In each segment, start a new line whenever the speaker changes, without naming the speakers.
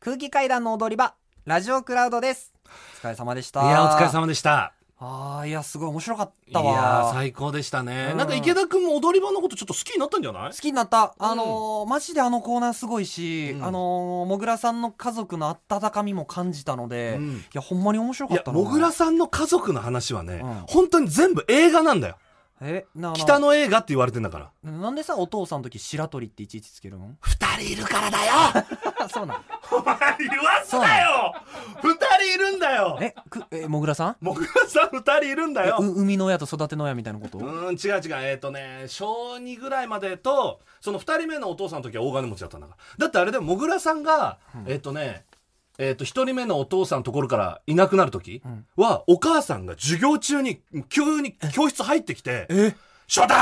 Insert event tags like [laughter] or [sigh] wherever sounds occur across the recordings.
空気階段の踊り場ラジオクラウドですお疲れ様でした
いやお疲れ様でした
あーいやすごい面白かっ
い
たわ
や最高でしたね、
うん
なんか池田君も踊り場のことちょっと好きになったんじゃない
好きになったあのーマジであのコーナーすごいし、
うん
あのーもぐらさんの家族の温かみも感じたので、
うん
いやほんまに面白
い
か
や
ったな
もぐらさんの家族の話はね、
うん
本当に全部映画なんだよ
えなな
北の映画って言われてんだから
なんでさお父さんの時白鳥っていちいちつけるの [laughs]
二人いるからだよ
そうなん
お前言わすなよ二人いるんだよ
えくえもぐらさん
もぐらさん二人いるんだ
え
よ
う生みの親と育ての親みたいなこと
うーん違う違うえっ、とね小2ぐらいまでとその2人目のお父さんの時は大金持ちだったんだからだってあれでもぐらさんが、えっ、とねえっ、と1人目のお父さんのところからいなくなる時
ん
は、お母さんが授業中に急に教室入ってきて
え
「翔太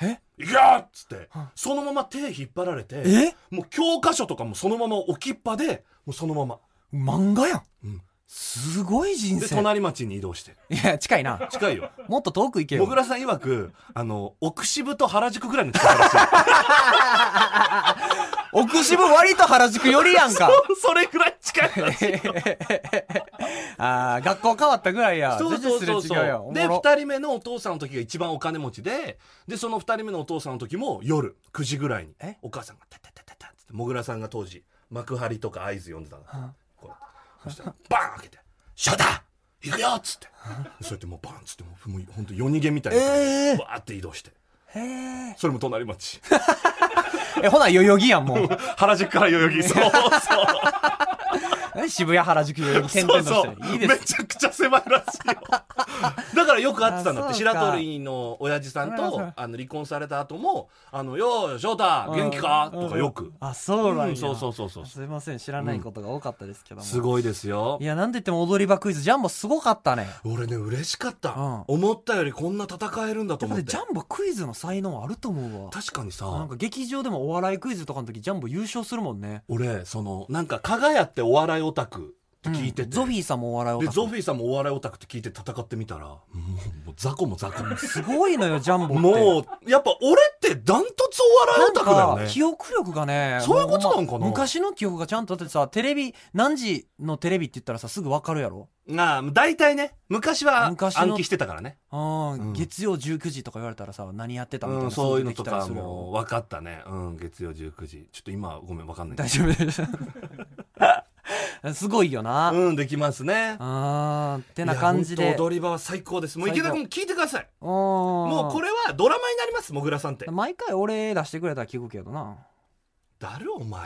え
行くよ!」っつってそのまま手引っ張られて
え
もう教科書とかもそのまま置きっぱでもうそのまま
漫画やん、
うん
すごい人
で
生
隣町に移動して
いや近いな
近いよ
もっと遠く行け
も
よ
ぐらさん曰くあの奥渋と原宿ぐらいの近さらしい
奥渋割と原宿寄りやんか
それぐらい近い
[laughs] あー学校変わったぐらいや
そうそうそう
全然すれ違うやん
そう
お
で
もろ
2人目のお父さんの時が一番お金持ちででその2人目のお父さんの時も夜9時ぐらいに
え
お母さんが「タタタタタ」っつってもぐらさんが当時幕張とか合図呼んでたの
ん
こうやってそしたらバーン開けて「シャダ行くよ!」っつってそうやってもうバーンっつってもうもうほんと夜逃げみたいな感じで
えー
バーって移動して
へー
それも隣町
えほな代々木やんもう
原宿から代々
[laughs]
木そうそう
何渋谷原宿代々木転
そ
々
うそ
と
う
していいで
め
す
ちゃくちゃ狭いらし
[laughs]
いよだからよく会ってたんだっ
あ
て
そうか
白鳥の親父さん
そう
と
そう
あの離婚された後も「あのよう翔太元気か?」とかよく
あそうなんや、
うんそうそうそうそう
すいません知らないことが多かったですけども、
すごいですよ
いやなんて言っても踊り場クイズジャンボすごかったね
俺ね嬉しかった、
うん
思ったよりこんな戦えるんだ
で
と
も
思っ
ね
て
ジャンボクイズの才能あると思うわ
確かに
なん
さ
か劇場でもお笑いクイズとかの時ジャンボ優勝するもんね
俺そのなんか加賀屋ってお笑いオタクって聞いてて、
うんゾフィーさんもお笑いを
でゾフィーさんもお笑いオタクって聞いて戦ってみたらもうもう雑魚も雑
[laughs]
魚
すごいのよジャンボって
もうやっぱ俺ってダントツお笑い
な
オ
ん
タクだよ
か
ね
記憶力がね
そういうことな
も
んかな
うほんま昔の記憶がちゃんとだってさテレビ何時のテレビって言ったらさすぐ分かるやろ
まあ、大体ね、昔は
昔の
暗記してたからね。
あー、
うん
月曜19時とか言われたらさ何やってたみたいな、
うん、そういうのとか
すぐ出てきたりするやろ
も分かったね。うん、月曜19時。ちょっと今、ごめん、分かんな
大
い。
丈夫です [laughs] すごいよな、あ
うん、できますね。
あーって
て
な感じで
踊り場は最高です。もう
最
池
高
田君聞いてください。も
も
うこれはドラマになります、もぐらさんって。
毎回俺出してくれたら聞くけどな
だるお
[laughs]
前。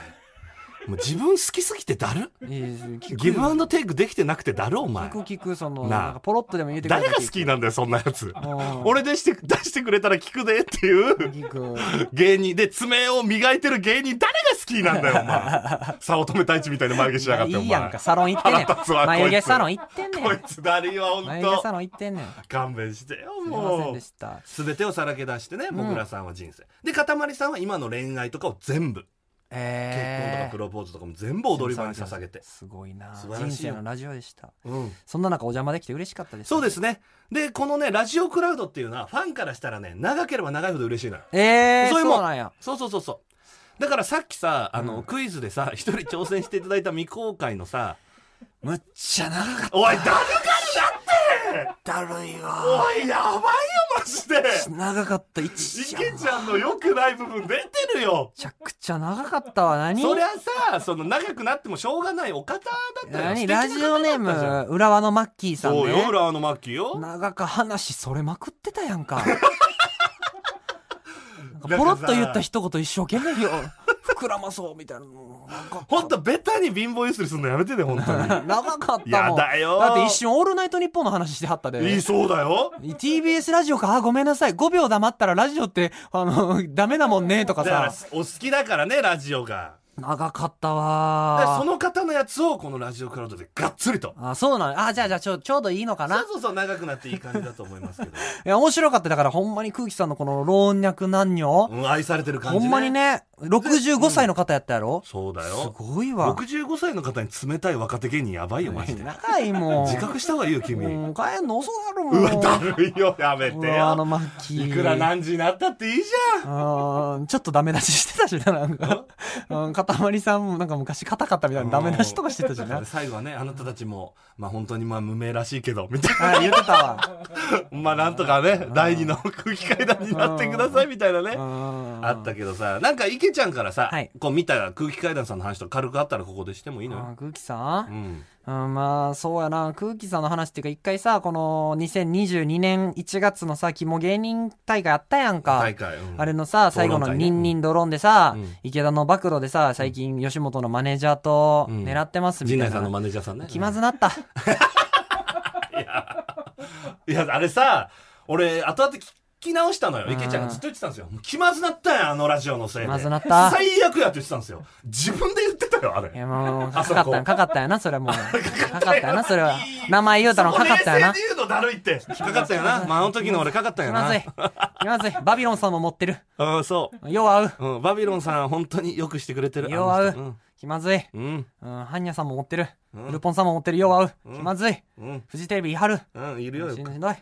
もう自分好きすぎてだる
いいです聞く
ギブアンドテイクできてなくてだるお前
聞く。聞くその
なあ
なんかポロッとでも言えてくれ
誰
た
が
ら
好き
聞く
なんだよ、そんなやつ。
うん
俺でして、出してくれたら聞くでっていう
聞く
芸人で爪を磨いてる芸人誰が好きなんだよ、お前。早乙女太一みたいな眉毛しやがって、
[laughs] い
お前。
いやんかサロン行ってんね
腹立つわ
ん眉
こい
毛
つ
サロン行ってんね
こい
ん
つだりは本
眉毛サ
当
ロン行ってんねん
勘弁してよ
すみません
もう
でした
全てをさらけ出してね
うん
もぐらさんは人生、でかたまりさんは今の恋愛とかを全部、結婚とか
えー
プロポーズとかも全部踊り場に捧げて、
すごいな
素晴ら
人
しいよ
生のラジオでした
うん、
そんな中お邪魔できて嬉しかったです
そうですねでこのねラジオクラウドっていうのはファンからしたらね長ければ長いほど嬉しいのよ
えー
そういうもん
そうなんや
そうそうそうそうだからさっきさあの、
うん
クイズでさ [laughs] 一人挑戦していただいた未公開のさ
[laughs] むっちゃ長かっ
おいだるか
たるい
る
わ
おいやばいよマジで
長かった一
い
時
け
間
ちゃんの良くない部分出てるよ
めちゃくちゃ長かったわ何
そりゃさその長くなってもしょうがないお方だったよ素
何
敵な
ラジオネー
方だったじゃん
ム浦和のマッキーさんね
そうよ浦和のマッキーよ
長か話それまくってたや
[laughs]
んかなんか
なんかさ
ポロッと言った一言一生懸命
[laughs]
よ膨らまそうみたいなのなんか
ほんとベタに貧乏ゆすりするのやめてね本当に
長かったもん
やだよ
だって一瞬「オールナイトニッポン」の話してはった
い
で
いそうだよ
TBS ラジオかあごめんなさい5秒黙ったらラジオってあの [laughs] ダメだもんねとか
だから
さ
お好きだからねラジオが
長かった
だから
わ
その方のやつをこのラジオクラウドでがっつりと
あそうなのあじゃあじゃあちょちょうどいいのか
そ
な
うそうそう長くなっていい感じだと思います
[laughs]
けど
いや面白かっただからほんまに空気さんのこの老若男女、
うん愛されてる感じ
ほんまにね65歳の方やったやろ、
そうだ
す
よ
ごいわ
65歳の方に冷たい若手芸人やばいよ
[laughs]
マジで
長いもん。
自覚した方がいいよ君う
もう帰んの遅なるもん。
わだるいよやめ
う
て
わあの
よ
マッキー。
いくら何時になったっていいじゃん
うんちょっとダメ出ししてたしな、なんか。うん、片たまりさんもなんか昔カタカタみたいなダメ出しとかしてたじゃ
だか
ない
ら最後はね、あなたたちも、まあ本当にまあ無名らしいけど、 [laughs] みたい
あ言ってたわ
な。まあなんとかね、第二の空気階段になってください、みたいなね。あ
あ
ったけどさ、なんか池ちゃんからさ、
はい
こう見た空気階段さんの話とか軽くあったらここでしてもいいのよ。
空気さ、
うんん。
うん、まあそうやな空気さんの話っていうか一回さこの2022年1月のさ肝芸人大会あったやんか、
大会。うん
あれのさ、最後
討
の
論会ね
ニンニンドローンでさ、
うん
池田の暴露でさ、最近吉本のマネージャーと
うん
狙ってますみたい
陣
な。
内さんのマネージャーさんね。
気まずなった。
いや、あれさ、俺、後々聞き直したのよ。
うん
池ちゃんがずっと言ってたんですよ。もう気まずなったやん、あのラジオのせいで。
気まずなった
最悪やって言ってたんですよ。自分で言ってたよ、あれ。
いやもう、
あ
か
そ
か
こ
ったん、かかったよな、それはも
[laughs]。
う。かかったよな、それはい
い
名前言うたの
そこ
かかったよな
冷。静で言うのだるいって。かかった
[laughs]
よな。まあ、あの時の俺かかった
気
よ
ま
な。
ずい。気まずい。バビロンさんも持ってる。
うん、そ
よう合う。
う。うん、バビロンさん、本当によくしてくれてる。
よう合
あの人
う。気まずい。
うん。うん。
うん、ハンニャさんも持ってる。
うん
ルポンさんも持ってる。よう合う。気まずい。
うん。
フジテレビ、イハル。
うん、いるよ。
しんどい。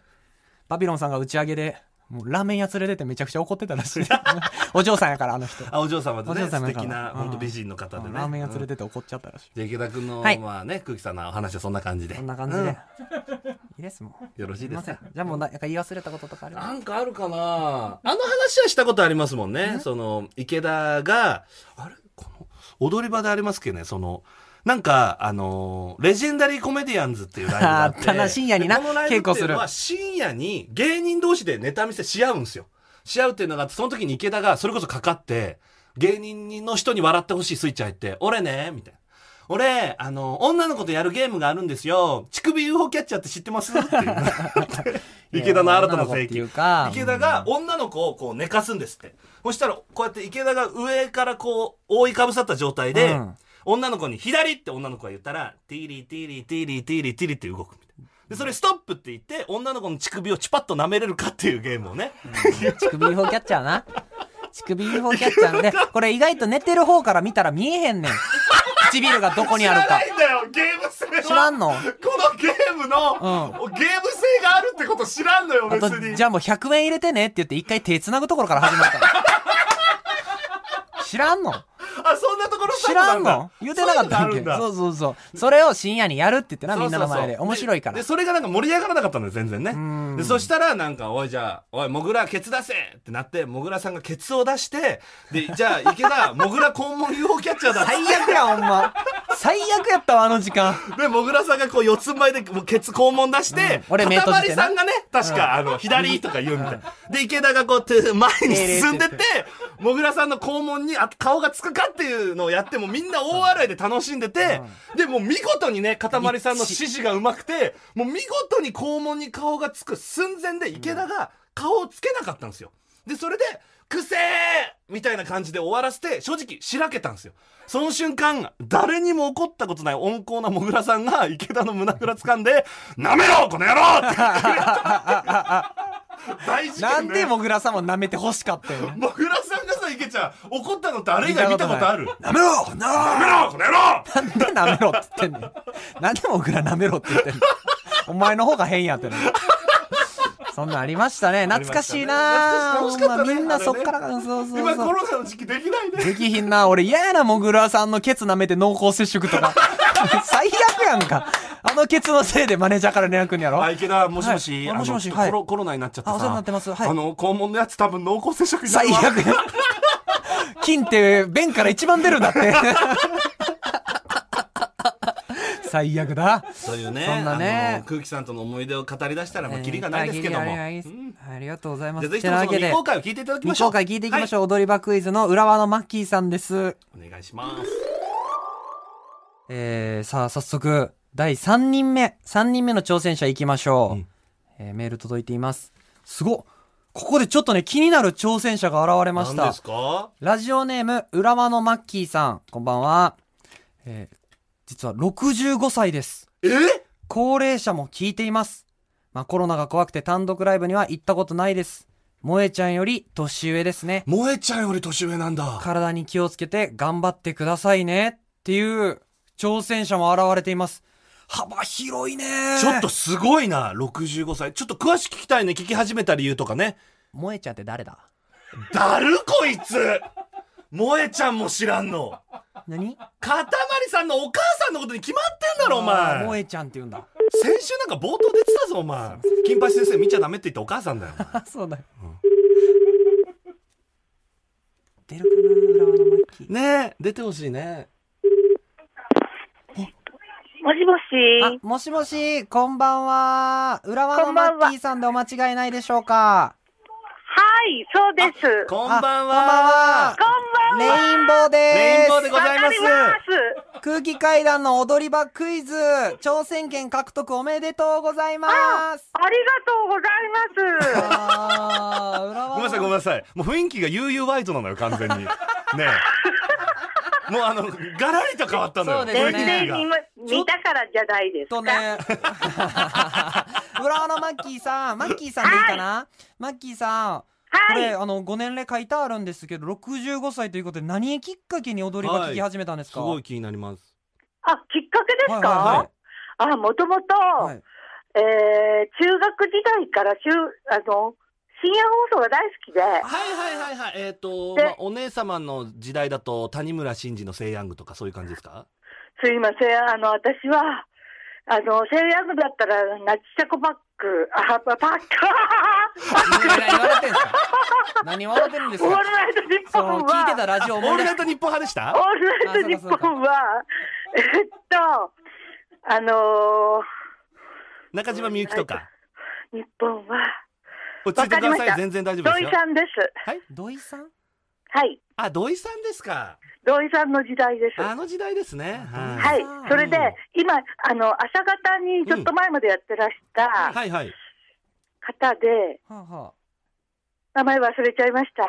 バビロンさんが打ち上げで、もうラーメン屋連れてってめちゃくちゃ怒ってたら
[laughs]
しい。お嬢さんやから、あの人。
あ、お嬢様で
お
ね、
嬢
素
様やから
敵な、
うん
本当美人の方でね。
ラーメン屋連れ
て。
てって怒っちゃったらしい。
じゃあ池田君の、
はい
まあね、空気さんのお話はそんな感じで。
こんな感じ
う
で。い
ん
いですもん。
よろしい
すい
で
ますせん
か。
じゃあもうななんか言い忘れたこととかあれば。
なんかあるかなあの話はしたことありますもんね。その、池田が、あれこの、踊り場でありますけどね、その、なんか、あのーレジェンダリーコメディアンズっていうライブが
[laughs]
あっ。
あってたな深夜にな
でこのライブっていうの
稽
は深夜に芸人同士でネタ見せし合うんですよ。し合うっていうのがあって、その時に池田がそれこそかかって、芸人の人に笑ってほしいスイッチ入って、俺ね、みたいな。俺、あの、女の子とやるゲームがあるんですよ。乳首 UFO キャッチャーって知ってますっ
[laughs]
ていう。池田の新たな
性
正
ってい
規
う。か。
池田が女の子をこう寝かすんですって。そしたら、こうやって池田が上からこう、覆いかぶさった状態で、
うん
女の子に左って女の子が言ったら、ティーリーティーリーティーリーティーリーティーリーって動くみたいな。で、それストップって言って、女の子の乳首をチュパッと舐めれるかっていうゲームをね。
うん乳首 UFO キャッチャーな。乳首 UFO キャッチャー
[laughs]
なんで、これ意外と寝てる方から見たら見えへんねん。唇がどこにある
知
か
らな。いんだよ、ゲーム性は。
知らんの
このゲームの、ゲーム性があるってこと知らんのよ、
あ
別
と、
に。
じゃあもう100円入れてねって言って一回手繋ぐところから始まったの。知らんの
あ、そんなところ
知らんの言
う
うてなかった
ん
っけ
だそういうのがあるんだ
そうそうそう。それを深夜にやるって言ってな、みんなの
そうそうそう
前で。面白いから
で、。それがなんか盛り上がらなかったのよ、全然ね。
ん
で、そしたらなんか、おい、じゃあ、おい、もぐら、ケツ出せってなって、もぐらさんがケツを出して、で、じゃあ、池
[laughs]
田、もぐら肛門 UFO キャッチャーだっ
最悪や、ほんま。最悪やったわ、あの時間。
て。で、もぐらさんがこう、四つん這いで、もうケツ肛門出して、
うん俺目閉じて
塊
な
さんがね、確か、あの、左とか言うみたいな。で、池田がこう、て前に進んでって、もぐらさんの肛門にあ顔がつくかっていうのをやって、もうみんな大笑いで楽しんでて、で、もう見事にね、塊さんの指示がうまくて、もう見事に肛門に顔がつく寸前で池田が顔をつけなかったんですよ。で、それで、くせーみたいな感じで終わらせて、正直、しらけたんですよ。その瞬間、誰にも怒ったことない温厚なもぐらさんが、池田の胸ぐら掴んで、なめろこの野郎って大事件、ね、
[laughs] なんでもぐらさんも舐めて欲しかったよ。
もぐらさんがさ、池ちゃん、怒ったのってあれ以外見たことある
舐めろな
やめろこの野郎
なんで舐めろって言ってんねん。なんでもぐら舐めろって言ってんねん。お前の方が変やってな。そんなんありましたね。懐かしいな
ありましたね懐かしい楽しかっ
ほ
たね
んまみんなそっからか、そうそう
今コ
そう。
ロナの時期できないね。
できひんな。俺嫌やな、もぐらさんのケツ舐めて濃厚接触とか。最悪やんか。あのケツのせいでマネージャーから連絡くんやろ
あ、池田、もしもし、
はい
あの
もしもし
ちょっと
はい
コロコロナになっちゃってさ。
あお世話になってますはい
あの、肛門のやつ多分濃厚接触になる
最
わ
悪や。金って便から一番出るんだって。最悪
[laughs]
だ。
というね、
そんなね
あの空気さんとの思い出を語り出したら、もうキリがないですけども。
えーありが
う
とうんありがとうございま
じゃ
す。
あぜひともその
てな
未
わ
公
けで
開を聞いていただきま
未
しょう。
公開聞いていきましょ
う。
う。踊り場クイズの浦和のマッキーさんです。
お願いします。
えー、さあ、早速、第3人目。3人目の挑戦者行きましょう。
うん
えーメール届いています。すごっここでちょっとね、気になる挑戦者が現れました。
何ですか
ラジオネーム、浦和のマッキーさん、こんばんは。えー実は65歳です。
え
高齢者も聞いています。まあコロナが怖くて単独ライブには行ったことないです。萌えちゃんより年上ですね。
萌えちゃんより年上なんだ。
体に気をつけて頑張ってくださいね。っていう挑戦者も現れています。幅広いね。
ちょっと。すごいな、65歳。ちょっと詳しく聞きたいね、聞き始めた理由とかね。
萌えちゃんって誰だ
だるこいつ萌えちゃんも知らんの。
何
かたまりさんのお母さんのことに決まってんだろ、お
あー萌
前。
えちゃんって言うん
[laughs]
だ。
先週なんか冒頭出てたぞ、お前。金八先生見ちゃダメって言ったお母さんだよ。お前
あ、そうだよ。出るかな浦和のマッキー。
ねえ、出てほしいね。
もしもし
あ、、もしもし、こんばんは。浦和
こ
の
ん
マ
ばんは
ッキーさんでお間違いないでしょうか。
はい、そうです。こん
こんばんは。
あこ
ばんは。
レインボーです。
レインボーでございま
わか
す
り。ます。
空気階段の踊り場クイズ、挑戦権獲得おめでとうございます。
ありがとうございます。
あー、浦
ご
和
めんなさい、ごめんなさい。もう雰囲気が UU ワイドなのよ、完全に。ねえ。もうあの、ガラリと変わったのよ、
そう [laughs] ですね
雰
全
囲気
然
が。
今見たからじゃないです
と
か。
ね、浦和のマッキーさん、マッキーさんでいいかな、マッキーさん、こ
は
れ、
い。
あの、ご年齢書いてあるんですけど、65歳ということで、何きっかけに踊り場聞き始めたんです
す
か、
ごい気になります。
あ、きっかけですか。
はいはい
あ、もともと、
はい、はい。
えー中学時代からしゅあの深夜放送が大好きで、
はいはいはいはい。えっ、と、
で
まあ、お姉様の時代だと、谷村新司のセイヤングとかそういう感じですか
すいません、あの私はあのセイヤングだったらナチチャコバック、あパパック、
何笑ってんすか何笑ってるんです
[laughs] オール
か
ナイトニッ
そ
ポ
の、
ン
聞いて
は
た。ラジオ
オ
思
ー
い出
ルナ
し
イトニッポン派でした
オールナイトニッポンは、えっと、あの
中島みゆきとか。
ー、日本は、
落ち着いてくださ
わかりま
い。
した
全然大丈夫で
土
す
井
よ。
さんです。
土井さん
はい。
あ、土井さんですか。
土井さんの時代です。
あの時代ですね。
あ
は
はい
あー。
それで
うん、
今、あの、朝方にちょっと前までやってらし
い。
た
はいはい。
方で、
はあ、は
名前忘れちゃいました。
[laughs]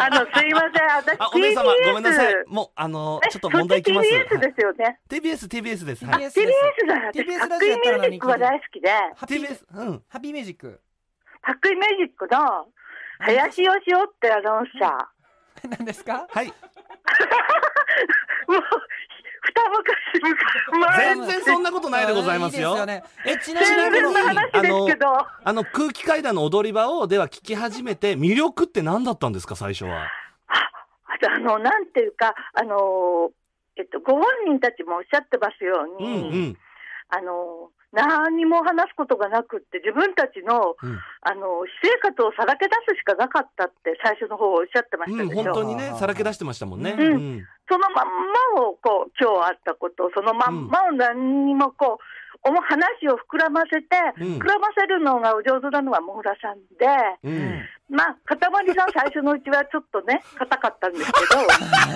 あの、すいません。私、
あ、お姉様、ごめんなさい
TBS。
もう、あの
え、
ちょっと問題いきます。
そっち TBS
はい
ですよね。
TBS、TBS です。
あ
はい。
TBS です
TBS だ。私、
TBS
パックイミュージックは大好きで、
ハッピー
TBS、うん。
ハッピーミュージック。 [laughs]
パックイミュージックの、林芳雄ってアナウンサー。
何ですか
はい。
[laughs] もう、二昔前
全然そんなことないでございますよ。
あいいですよねえ、ちな
全
み
然
に
の、話ですけど、
あの空気階段の踊り場をでは聞き始めて魅力って何だったんですか最初は。
あとあの、なんていうか、あの、えっと、ご本人たちもおっしゃってますよ
う
うに、
んうん。
あの、何にも話すことがなくって、自分たちの、
うん
あの、私生活をさらけ出すしかなかったって、最初の方おっしゃってました
うん、
でし
本
ょ。
当にね、さらけ出してましたもんね。
うん
そのまんまを、こう、今日あったことを、そのまんまを何にもこう、おも話を膨らませて、
うん
膨らませるのがお上手なのはモーラさんで、
うん。うん
まあ、かたまりさん最初のうちはちょっとね、硬かったんですけど、
[laughs]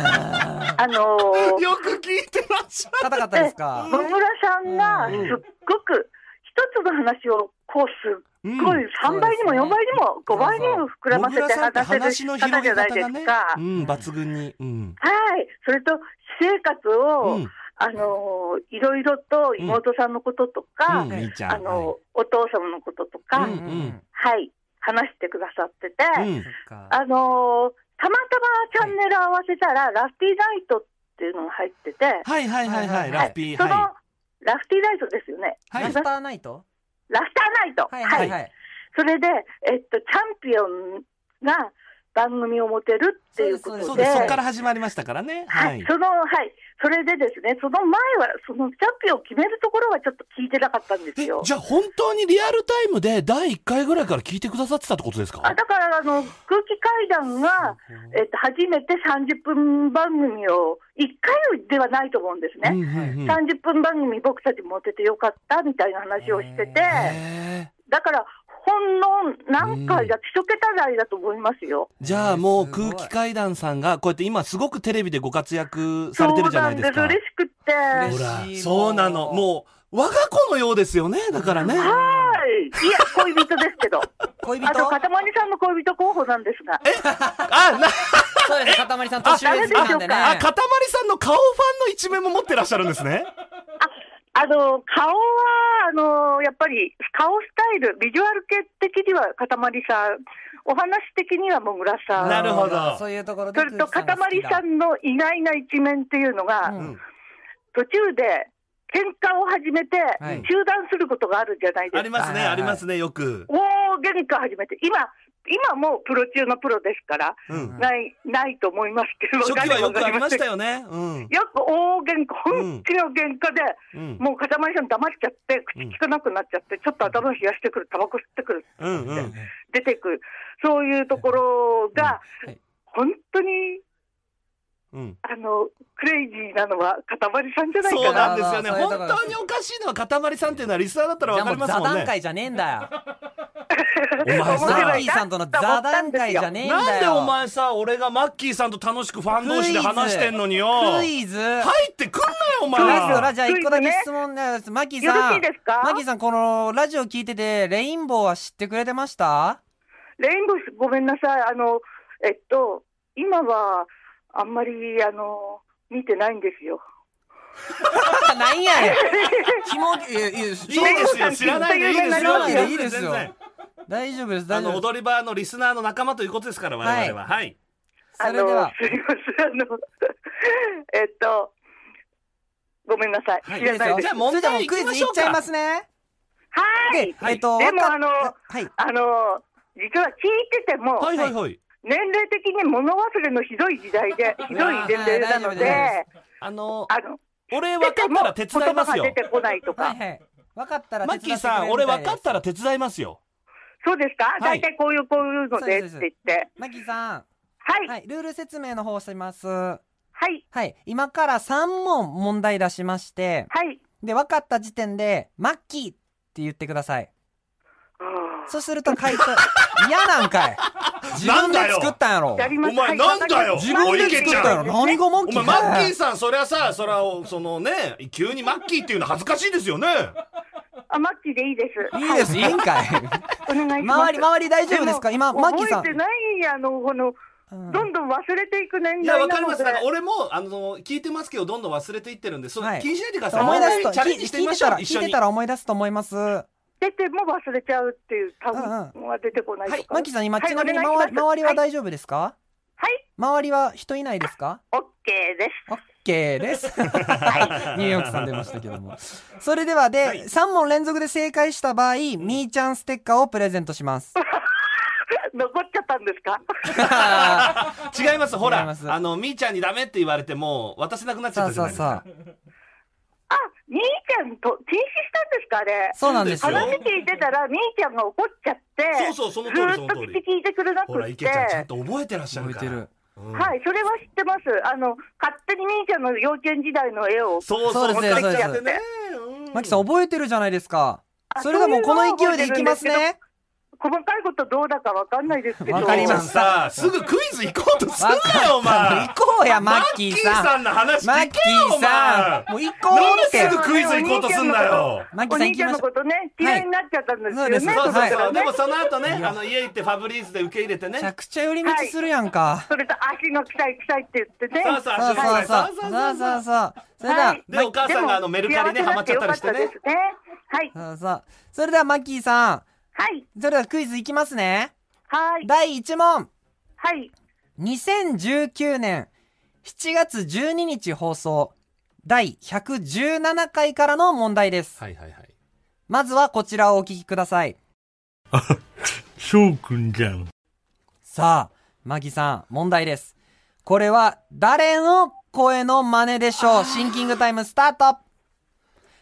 あのー、
よく聞いてらっしゃる。
硬かったですか
[laughs] 野村さんが
うん
すっごく一つの話をこうす
うん
っごい
そ
3倍にも
うですね
4倍にも5倍にも膨らませ
もぐ
て
さんって
話
話
せる
の
方
広
じ
げ
ゃない
方
で
が
す
ね
か、。
うん、抜群に。うん。
はい。それと、私生活を、
うん
あのー、いろいろと妹さんのこととか、
うん、みーちゃん。
あのー、お父様のこととか、
うんうん
はい、話してくださってて、
はいうん
そっか
あのーたまたまチャンネル合わせたら、ラフティーナイトっていうのが入ってて、
はいはいはいはい、ラ
は
ッピ
い
ー。
その、
は
ラフティーナイトですよね。
はい
ラスターナイト
ラフターナイト。
はいはい
はい
はい。
それで、えっと、チャンピオンが番組を持てるっていうこ
そう
い。
とで、
そう
で
です。
す
そこから始まりましたからね。
は
はいい。、
その、はい、それでですね、その前は、そのチャンピオンを決めるところはちょっと聞いてなかったんです
え
よ。
じゃあ本当にリアルタイムで第1回ぐらいから聞いてくださってたってことですか
あだから、あの、空気階段が、えっと、初めて30分番組を、1回ではないと思うんです
うん
ね。
うんうん。
30分番組僕たち持っててよかったみたいな話をしてて、
へー
だから、ほんの何回だ、一桁台だと思いますよ。
じゃあもう
えーすごい
空気階段さんがこうやって今すごくテレビでご活躍されてるじゃないです
そう
か
なんです。。嬉しくって。
嬉しい
ほら
嬉しい、
そうなの。もう我が子のようですよね。だからね。
はい。いや、恋人です
[laughs]
けど。
恋人
あと、かたまりさんの恋人候補なんですが。
あ、な、
そうです、かたまりさん年上好きなんでね。
あ、かたまりさんの顔ファンの一面も持ってらっしゃるんですね。
あの、顔は、あの、やっぱり、顔スタイル、ビジュアル系的にはかたまりさん、お話的にはもぐらさん。
なるほど
そういうところで
それと、
空
か
気
たまりさんの意外な一面っていうのが、
うん
途中で、喧嘩を始めて、
はい
中断することがあるじゃないですか。
ありま
はい
すね、
はいはい
ありますね、よく。
大喧嘩始めて、今、今はもうプロ中のプロですから、
うん。
ない、ないと思いますけど、
初期はよくありました
よ。
よね。うん。
よく大喧嘩、
うん
本気の喧嘩で、
うん。
もう塊さん黙っちゃって、口聞かなくなっちゃって、ちょっと頭冷やしてくる、タバコ吸ってくる、
うん。うん。
出てくる、そういうところが
うんはい、
本当に、
うん。
あの、クレイジーなのは塊さんじゃない
そう
[laughs] かな。
なんですよね。
そういう
本
ところ
当におかしいのは、かたまりさんっていうのはリスナーだったら
じゃ
わか
あ
り
もう
ま
座
すもん
談
ね。
会じゃねえんだよ。
お前
ザ
さ、
ッキーさんとの座談会じゃねえんだよ。
なんでお前さ、俺がマッキーさんと楽しくファン同士で話してんのによ。
クイズ。
入ってくんなよ、お
クイズ
前
ラ
ら。
じゃあ一個だけ質問です。マキ
よろ
さ
しい
ん
で。すか
マキさん、このラジオ聞いてて、レインボーは知ってくれてました
レインボーごめんなさい、あの、えっと、今はあんまり、あの、見てないんですよ。
なんやねん。ひも、いやいや、
いいですよ、知らないでいいですよ。
知らないでいいです
全
よ
然。
大丈夫です、
あ
大丈
の、
夫です。
踊り場のリスナーの仲間ということですから、我々は。はい。
[laughs] それでは、
あの、すみません、あの、 [laughs] えっと、ごめんなさい、
い
知らない
い
で。
ですす
じゃ
よ
あ問
それではも
題
うクイ
行
ズ
きまし
いっ
ょうか
ちゃいますね。
は
で
い、、
えっと、
でも
わかっ
あの
はい。
あの、実は聞いてても、
はいはいはい。
年齢的に物忘れのひどい時
[laughs]
代で、ひどい年齢なの
い
で
やー大丈夫、
あの、
あの、
俺分かったら手伝いますよ
出。ても言葉が出てこないと
は
か
い。はい。分かったら
マッキーさん、俺分かったら手伝いますよ。
そうですか、
はい
大体こういう、こういうのでって
そう
言
で
って。
マキさん。
はい、
はい、ルール説明の方をします。は
はい、
い、今から3問問題出しまして、
はい。
で、分かった時点で、マッキーって言ってください。
あ
そうすると回答、 [laughs] 嫌なんかい。自分で作ったんやろ
ー。やります
お前
はい
なんだよ
わか
自
りました
分で作ったんやろ。何がマッ
お
キー
前、マッキ
ー
ーさん、そりゃさ、そりゃ、そのね、急にマッキーっていうの恥ずかしいですよね。
あ、マッキーでいいです。
いいです、いいんかい。
お願いします。
周り、周り大丈夫ですか今、
も
マッキーさん
覚え。てない、あの、この、
うん
どんどん忘れていく年
いや、
代
わか
な
りま
の
す。
で。
なんか俺も、あの、聞いてますけど、どんどん忘れていってるんで、そ
は
れ
い
気にしないでください。
思い出すと、
チャレンジして
聞
み
い
ま
て
しょ
た
う
ら、。聞
一緒
いて
に
た。ら思い出すと思います。マ
出ても忘れちゃうっていう単
う
語は出てこないとか。
ッキーさん、今、
はい
ちなみに
お願いします
周り周りは大丈夫ですか
はい、
周りは人いないですか
オッケーです。
オッケーです。ニューヨークさん出ましたけども。それではで、
はい
3問連続で正解した場合、みーちゃんステッカーをプレゼントします。
残っちゃったんですか
違います。ほ
違い
ら
ま、す
あの、みーちゃんにダメって言われても、渡せなくなっちゃっ
さあ
たじゃ
さ
な
あ
いですか
さ。あ。
あ、みーちゃんと停止したんですかあれ。
そうなんですよ。
そう
話
で
聞いてたら、みーちゃんが怒っちゃって、
そうそうその
ず
通りそ
ーっ
の
と
通り
口聞いてくれなく
ほら、
っ
い
て。
けちゃん、ちゃんと覚えてらっしゃ
覚
る
え
か
て
ら。
る。
うん
はい、それは知ってます。あの、勝手にみーちゃんの幼稚園時代の絵を。
そうそう、
そうです
もう一回
そうです
やってね。う
マキさん、覚えてるじゃないですか。
あ
それではもうこの勢いでいきます。
そううのは覚えてるん
ね。
ですけど細かいことどうだかわかんないですけど。
わかりま
ちゃんさ、すぐクイズ行こうとすんな
わか
よ、お前
行。こうや、マッキー
マッキー
さん。
さんの話
マ
聞
ッ
け
キ
よ、
ー
お
さ
前。
ん。もう行こ
なん
う
で
って。
すぐクイズ行こうとすんだよ。
マッキ
お
ーさん
兄
行
ち
き
ゃん
ま
の
しょ
こ
う。
とね、嫌いになっちゃったんですよ
はいそうで
ね。
す
そうそう
だか
そ
ら
う。
ね
でもその後ね、あの、家行ってファブリーズで受け入れて
めち
ね
ゃ。くちゃ寄り道するやんか。
それと足が臭い臭いって言ってね。
そうそう
さあさあさあ。さあさあさあ。それでは、
はい
で、お母さんがあの、メルカリね、ハマっちゃったりして
幸せ
ね
にな。てよかったですね。はい。
さあさあ。それでは、マッキーさん。
はい。
それではクイズいきますね。
はい。
第1問。
はい。
2019年7月12日放送。第117回からの問題です。
はいはいはい。
まずはこちらをお聞きください。
翔くんじゃん。
さあ、マギさん、問題です。これは誰の声の真似でしょうシンキングタイムスタート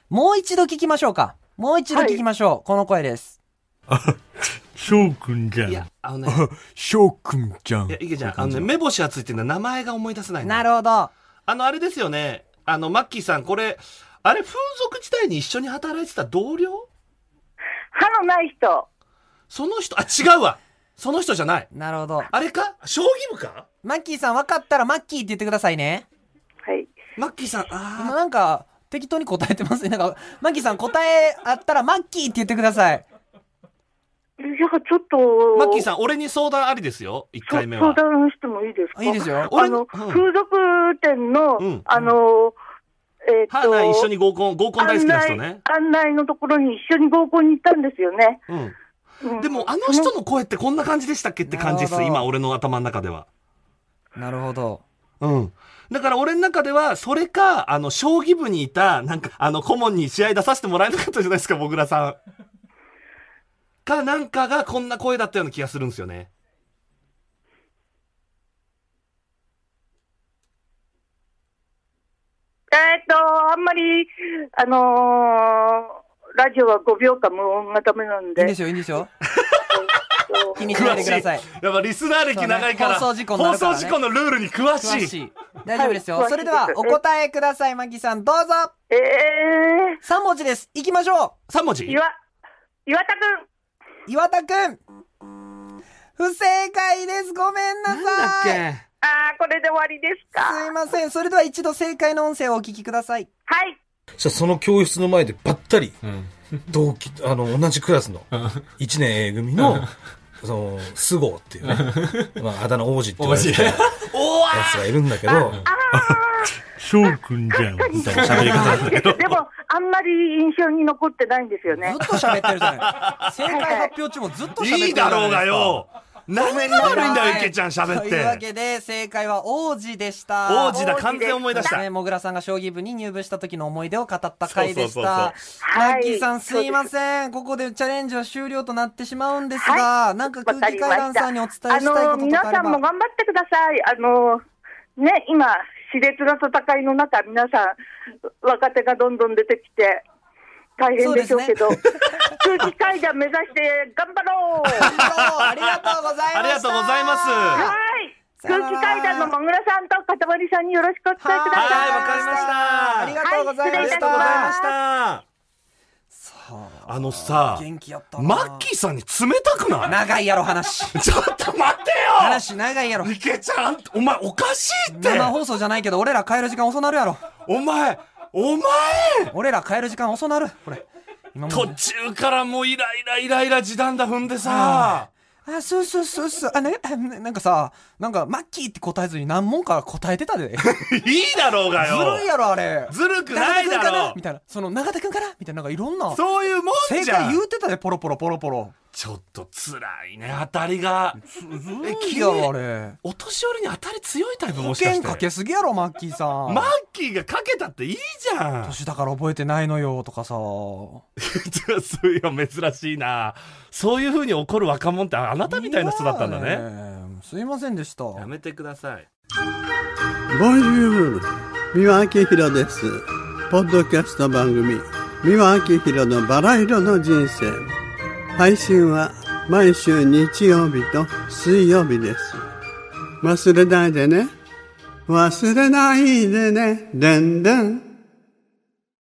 もう一度聞きましょうか。もう一度聞きましょう。この声です。
翔くんじゃ
いや
ん。、
あのね、 [laughs]
翔くんじゃん
いや、いけちゃん、あのね、目星がついてるのは名前が思い出せないの
なるほど。
あの、あれですよね。あの、マッキーさん、これ、あれ、風俗時代に一緒に働いてた同僚
歯のない人。
その人、あ、違うわ。その人じゃない。
なるほど。
あれか将棋部か
マッキーさん分かったらマッキーって言ってくださいね。
はい。
マッキーさん、
今
あ
なんか適当に答えてますね。 [laughs] なんか、マッキーさん答えあったらマッキーって言ってください。
じゃあちょっと。
ーマッキー
ん。
さん、俺に相談ありですよ。1回目
相
は。
談してもいいですか
いいですよ。
俺
あの、
うん
風俗店の、
うん
あの、えーっと、
はーない、一緒に合コン、合コン大好きな人ね。
案内。案内のところに一緒に合コンに行ったんですよね。
うん。
うん
でも、あの人の声ってこんな感じでしたっけって感じです。
なるほど
今、俺の頭の中では。
なるほど。
うん。だから俺の中では、それか、あの、将棋部にいた、なんか、あの、顧問に試合出させてもらえなかったじゃないですか、もぐらさん。か、なんかがこんな声だったような気がするんですよね。
えーっと、あんまり、あのーラジオは5秒間無音がダメなん
い
で。
いんですよ、いいんです
[laughs]
よ。
えーっと
気にしないでください。
やっぱリスナー歴長いから、
そうね放送事故になるからね
放送事故のルールに詳しい
詳しい。大丈夫ですよ。
はい
それでは、
詳しいです
お答えください、マギさん。どうぞ
ええ
!3 文字です。行きましょ
3文字
ー、岩、岩田くん。
う岩田くん不正解です。ごめんなさい。
なんだっ
ああ、これで終わりですか。
すいません。それでは一度正解の音声をお聞きください。
はい。
したらその教室の前でばったり、同期、あの、同じクラスの、1年 A 組の、その、スゴーっていうね、まあ、あだ名王子って言われてるや
けおわ
つがいるんだけど、
翔くんじゃん。
みたいな喋り方なんだけ
で
ど、
[laughs] でも、あんまり印象に残ってないんですよ
ず
ね
っ。と喋ってるじゃ
[laughs]
ない。正解発表中もずっと喋ってるじゃない
い
ですか
いだろうがよ何が悪いんだよ、池ちゃん喋
と
っ
いうわ
て。
けで、正解は王子でした。
王子だ、完全に思い出し
ね、
た。
もぐらさんが将棋部に入部した時の思い出を語った回でし
そうそう
た。
う
マッキーさ
は
ん
い
すいません。ここでチャレンジは終了となってしまうんですが、
はい
なんか
わ
空
か
気
りま
階
し
段
た。
さんにお伝えしたいこと
あの、
とか
皆
あ
さ
れ
んも
ば。
頑張ってください。あの、ね、今、熾烈な戦いの中、皆さん、若手がどんどん出てきて、大変でしょうけど、空気階段目指して頑張ろ
[laughs]
う
ありがとうございます。
ありがとうございます
はい
さよ
空
なら
気階段のもぐらさんとかたまりさんによろしくお伝えください。
はいわかりました
ありがとうございました。
ありがとうございました。あのさ、
元気やったな
マッキーさんに冷たくない
長いやろ話。
ちょっと待って
話長いやろ
よ。池ちゃん、お前おかしいって。
生放送じゃないけど俺ら帰る時間遅なるやろ
お前、お前、
俺ら帰る時間遅なるこれ今も
途中からもうイライライライラ時短だ踏んでさ。
あそうそうそうそうあな [laughs] あななんかさなんかマッキーって答えずに何問か答えてたでず
いいだろうがよ。
るいやろあれ
ずるくないだ
永田君
ろ
かなみたいなその永田君かなみたいななんかいろんな
そういうもん
正
じゃ
解
ん
言。うてたでポロポロポロポロ
ちょっと辛いね、当たりが。え、
い
君
や、あれ
お年寄りに当たり強いタイプも
保
しかし
険
て。
かけすぎやろマッキーさん
マッキーがかけたっていいじゃん。
年だから覚えてないのよとかさみ
[laughs] そういうの珍しいな。そういう風に怒る若者ってあなたみたいな人だったんだね。
すいませんでした
やめてください。
ボンジュール三輪明宏です。ポッドキャスト番組、三輪明宏のバラ色の人生。配信は毎週日曜日と水曜日です。忘れないでね。忘れないでね。でんでん。